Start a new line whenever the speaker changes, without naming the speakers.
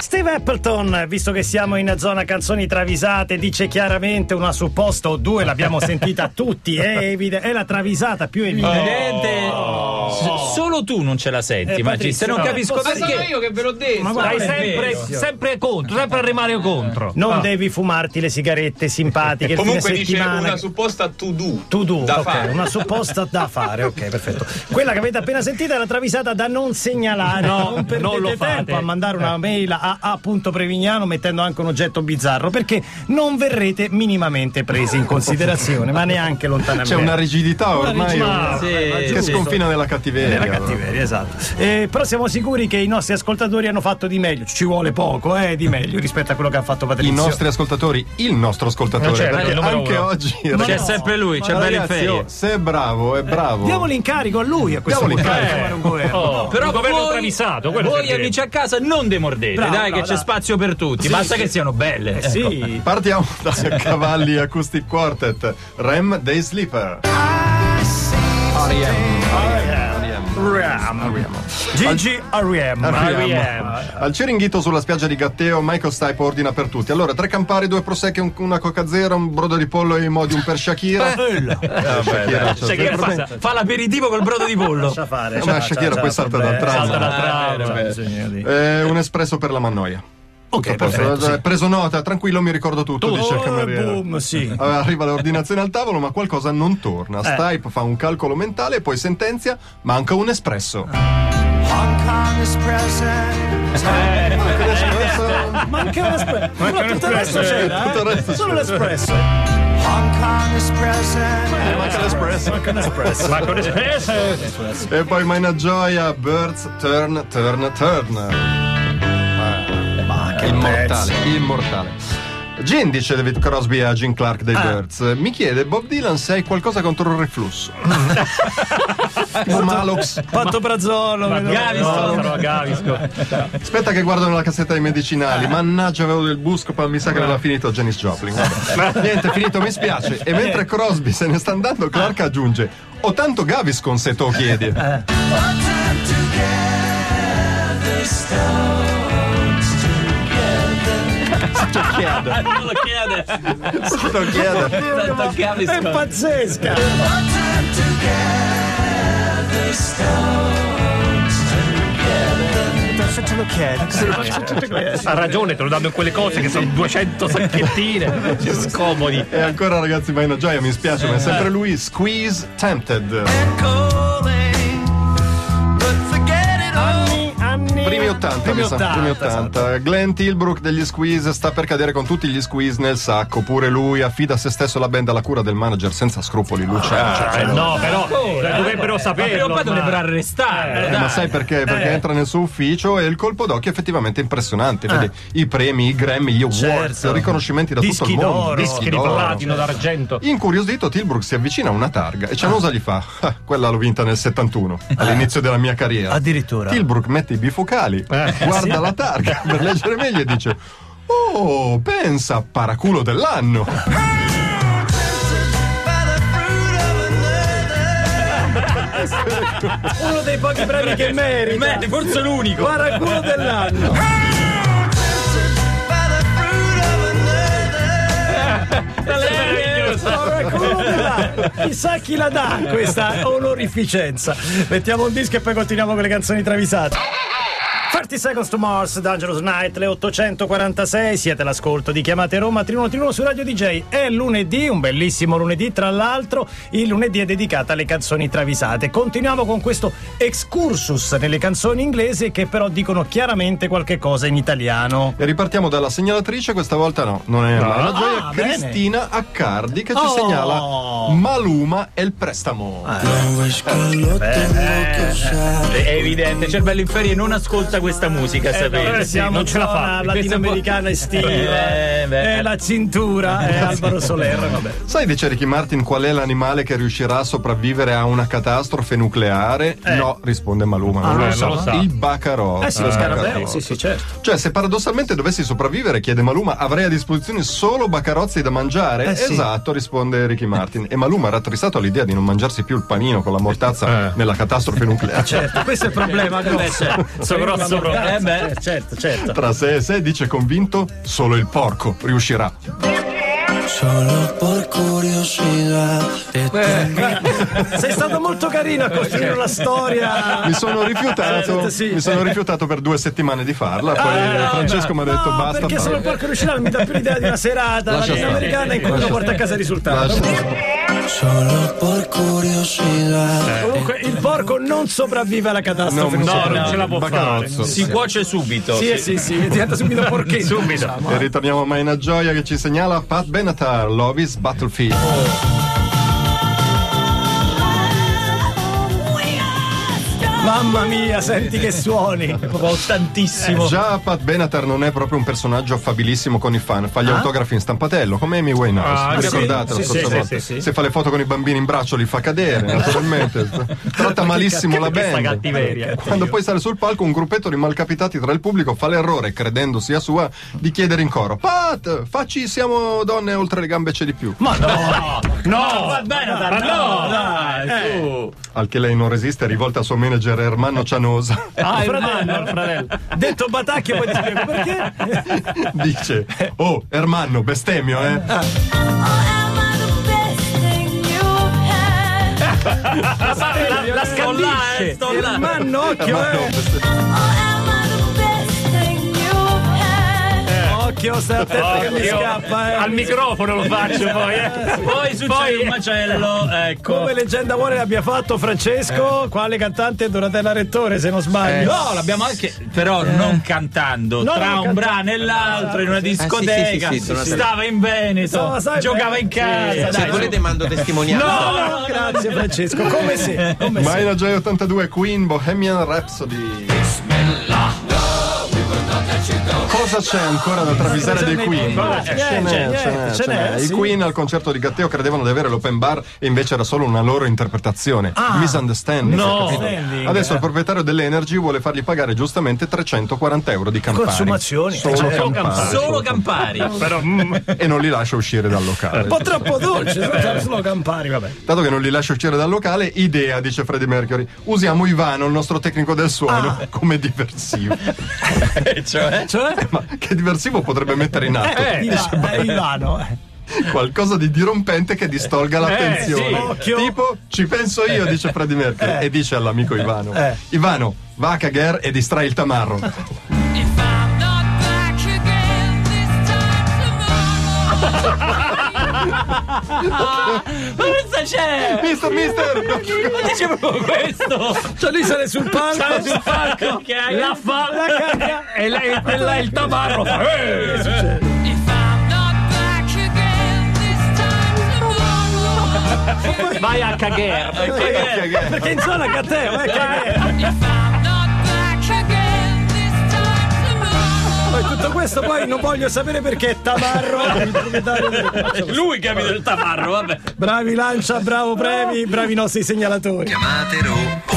Steve Appleton, visto che siamo in zona canzoni travisate, dice chiaramente una supposta o due, l'abbiamo sentita tutti, è, evide- è la travisata più evidente.
Evidente, s- solo tu non ce la senti,
Eh,
ma
Patrizio,
se non
no.
capisco
Ma Ah, sono
perché.
io che ve l'ho detto.
Ma guarda,
Dai,
è
sempre,
vero.
sempre contro, sempre a rimanere contro.
Non
Ah.
devi fumarti le sigarette simpatiche il
Comunque
fine
dice
settimana.
una supposta to do.
To do,
Da
ok,
fare.
una supposta da fare, ok, perfetto. Quella che avete appena sentita è la travisata da non segnalare.
No,
non perdete
non lo
tempo
fate.
a mandare una mail a a.prevignano mettendo anche un oggetto bizzarro perché non verrete minimamente presi in considerazione, ma neanche lontanamente.
C'è una rigidità
Una
ormai
rigidità,
eh,
sì,
che
giusto.
sconfina nella cattiveria.
Era cattiveria, esatto. Eh, però siamo sicuri che i nostri ascoltatori hanno fatto di meglio. Ci vuole poco, eh, di meglio rispetto a quello che ha fatto
I
Patrizio.
nostri ascoltatori, il nostro ascoltatore,
Eh, certo,
perché
il numero
anche
uno.
oggi
C'è
ragazzi,
sempre lui, c'è
ma
bello in
ragazzi,
ferie.
oh, se è bravo, è bravo.
Diamo l'incarico a lui a questo
Diamo
punto.
l'incarico. Ecco.
a chiamare un governo.
Oh, però
Però
governo
voi,
travisato, quello
voi
serve.
amici a casa non demordete,
Bravo,
dai che
bravo,
c'è
dai.
spazio per tutti, basta che siano belle. Ecco.
Eh, sì.
Partiamo da Cavalli Acoustic Quartet, Rem Day Sleeper.
R.E.M. Gigi R.E.M.
R.E.M..
Al Ceringhito sulla spiaggia di Gatteo, Michael Stipe ordina per tutti. Allora, tre campari, due prosecchi, un- una coca zero, un brodo di pollo e i modi, un per Shakira. Eh, Shakira, c'è
Cioè, che
sempre-
fa, fa l'aperitivo col brodo di pollo.
Lascia fare.
Ma Shakira poi salta dal tram.
Salta dal tram,
cioè,
Eh, un espresso per la mannoia. Tutto a posto. Eh, Preso nota, tranquillo, mi ricordo tutto, dice il cameriere.
boom, sì. Eh.
Eh, Arriva l'ordinazione al tavolo, ma qualcosa non torna. Stipe fa un calcolo mentale e poi sentenzia: manca un espresso. Eh, Manca un espresso.
Ma anche un espresso. Ma tutto il resto c'era. eh.
Tutto il resto
Solo
c'era.
l'espresso.
Eh, manca l'espresso.
Anche un espresso.
Ma con eh,
E poi Mina Gioia, Birds, Turn, Turn, Turn. Ah,
Ma che
Immortale,
pezzo.
immortale. Gin, dice David Crosby a Gene Clark dei
Ah.
Birds, mi chiede Bob Dylan se hai qualcosa contro il reflusso. o Malox.
Patto Brazzolo. vedo-
Gaviscon.
no, Gavisco.
Aspetta che guardo nella cassetta dei medicinali. Mannaggia, avevo del buscopan, mi sa che l'aveva finito Janis Joplin. Vabbè. Niente, finito, mi spiace. E mentre Crosby se ne sta andando, Clark aggiunge ho tanto Gaviscon se te lo chiedi.
non lo chiede.
Se te lo chiede.
Tanto
È
Gaviscon.
pazzesca. Se te lo chiedi, se lo chiedi.
Eh, Ha ragione, te lo danno in quelle cose che sono 200 sacchettine. Scomodi.
E ancora ragazzi, ma è una gioia, mi spiace, ma è sempre lui, Squeeze Tempted.
Anni, anni.
Primi 80,
primi esatto.
mi sa,
80.
primi 80. Glenn Tilbrook degli Squeeze sta per cadere con tutti gli Squeeze nel sacco, pure lui affida a se stesso la band alla cura del manager senza scrupoli, Luciano. Cioè,
Eh, no, però
Ancora,
eh, dovrebbero
Ma prima o
saperlo.
poi dovrebbero
ormai.
arrestarlo.
eh,
dai.
ma sai perché? Perché entra nel suo ufficio e il colpo d'occhio è effettivamente impressionante. Vede i premi, i Grammy, gli awards,
Certo.
riconoscimenti da tutto
Dischi
il mondo.
d'oro,
Dischi di
d'oro.
platino, d'argento.
Incuriosito, Tilbrook si avvicina a una targa e Cianosa gli fa: "Ah, Quella l'ho vinta nel 71, all'inizio della mia carriera.
Eh. Addirittura. Eh.
Tilbrook mette i bifocali, guarda la targa per leggere meglio e dice: Oh, pensa, paraculo dell'anno.
Uno dei pochi premi che merita.
Merda, forse l'unico.
Paraculo dell'anno. Paraculo dell'anno. Chissà chi la dà questa onorificenza. Mettiamo un disco e poi continuiamo con le canzoni travisate. 30 Seconds to Mars, Dangerous Night, le 846, siete all'ascolto di Chiamate Roma 3131 su Radio DJ. È lunedì, un bellissimo lunedì, tra l'altro il lunedì è dedicato alle canzoni travisate. Continuiamo con questo excursus nelle canzoni inglesi che però dicono chiaramente qualche cosa in italiano.
E ripartiamo dalla segnalatrice, questa volta no, non è la gioia.
Ah, bene.
Cristina Accardi che ci
Oh.
segnala Maluma e il prestamo.
È Eh, evidente, cervello in ferie non ascolta questa musica, sapete.
Noi Eh, siamo
non ce la fa.
zona
Questo è un po'-
latinoamericana estiva.
Eh, beh.
È la cintura, è Alvaro Soler, vabbè.
Sai, dice Ricky Martin, qual è l'animale che riuscirà a sopravvivere a una catastrofe nucleare? No, risponde Maluma.
Ah,
non
eh,
lo, so.
non lo sa.
Il bacarò.
Eh sì, lo
Il
scarabeo,
Baccarò.
sì, sì, certo.
Cioè, se paradossalmente dovessi sopravvivere, chiede Maluma, avrei a disposizione solo baccarozzi da mangiare?
Eh sì.
Esatto, risponde Ricky Martin. E Maluma era attristato all'idea di non mangiarsi più
Eh.
il panino con la mortazza nella catastrofe nucleare.
Certo, questo è il problema grosso.
Sono grosso eh beh.
Certo, certo, certo.
Tra sé e sé dice convinto, solo il porco riuscirà.
Solo por curiosidad te tengo.
Sei stato molto carino a costruire una storia.
Mi sono rifiutato,
Certo, sì.
mi sono rifiutato per due settimane di farla, poi
Eh, no,
Francesco mi ha detto
no,
basta.
Perché
basta".
solo il porco riuscirà non mi dà più l'idea di una serata
Lascia
latinoamericana in cui uno
Lascia
porta a casa il risultato.
Solo por curiosidad.
Comunque il porco non sopravvive alla
Non
catastrofe.
mi so-
non ce la può
Baccarozzo.
Si cuoce subito.
Sì, eh, sì, sì, diventa subito porchetto.
Subito.
E ritorniamo a Maina Gioia che ci segnala Pat Benatar, Lovis Battlefield.
Mamma mia, senti che suoni.
Proprio ottantissimo.
Già Pat Benatar non è proprio un personaggio affabilissimo con i fan, fa gli autografi in stampatello, come Amy Winehouse.
Ah,
Vi
sì,
ricordate la
sì,
scorsa
sì,
volta?
sì, sì, sì.
Se fa le foto con i bambini in braccio li fa cadere, naturalmente. Tratta malissimo la
Questa
band.
cattiveria.
Quando poi sale sul palco un gruppetto di malcapitati tra il pubblico fa l'errore, credendo sia sua, di chiedere in coro Pat, facci siamo donne oltre le gambe c'è di più.
No!
Va bene, dai, no, dai, su.
Al che lei non resiste, è rivolta al suo manager Ermanno Cianosa.
Ah, il
fratello.
mano, il fratello.
Detto batacchio poi ti spiego perché.
Dice, oh Ermanno, bestemmio eh.
Ah,
Sto là, eh,
La, la scandisce.
sto là.
Ma occhio,
Ermanno,
eh.
bestemmio.
Occhio, stai attento che mi
Io
scappa, eh.
Al microfono lo faccio poi, eh.
Poi succede un macello, ecco.
Come leggenda vuole l'abbia fatto Francesco, quale cantante è Donatella Rettore, se non sbaglio.
No, l'abbiamo anche. Però non cantando,
No,
tra
non
un
cantando.
brano e l'altro, in una discoteca.
sì, sì, sì, sono stato-
stava in Veneto,
Stava, sai, eh,
giocava in
bene.
casa.
Se
dai,
volete mando testimonianza.
No!
No, no, grazie Francesco, come se. Come se.
Maina Gioia 82 Queen Bohemian Rhapsody. Cosa c'è ancora da travisare dei Queen?
Vabbè,
Ce n'è,
eh,
ce n'è,
ce
ce n'è.
n'è,
I
sì.
Queen al concerto di Gatteo credevano di avere l'open bar e invece era solo una loro interpretazione.
Ah.
Misunderstanding.
No.
capito? Adesso il proprietario dell'Energy vuole fargli pagare giustamente 340 euro di campari.
Consumazioni.
Solo
Cioè,
campari.
Solo Campari.
Però mm,
E non li lascia uscire dal locale.
Un po' troppo dolce, sono solo Campari, vabbè.
Dato che non li lascia uscire dal locale, idea, dice Freddie Mercury. Usiamo Ivano, il nostro tecnico del suono, come diversivo. Eh,
cioè,
Ah. Cioè?
Ma che diversivo potrebbe mettere in atto?
Eh, Iva- eh, Ivano. eh.
Qualcosa di dirompente che distolga l'attenzione.
sì. Occhio.
Tipo, ci penso io, dice Freddie Mercury. E dice all'amico Ivano:
Eh.
Ivano, va a cagare e distrai il tamarro.
ma cosa c'è?
mister, mister!
Ma dice proprio questo.
Cioè lui sale sul palco,
Sul palco che hai la fa.
la cacca.
e la- e quella è il tabarro. fa, eh. Vai a cagare.
Che è?
Perché in zona Gatteo, eh, che poi tutto questo poi non voglio sapere perché è Tamarro il proprietario del-
Lui capito il tamarro, vabbè.
Bravi Lancia, bravo Previ, bravi i nostri segnalatori.
Chiamatelo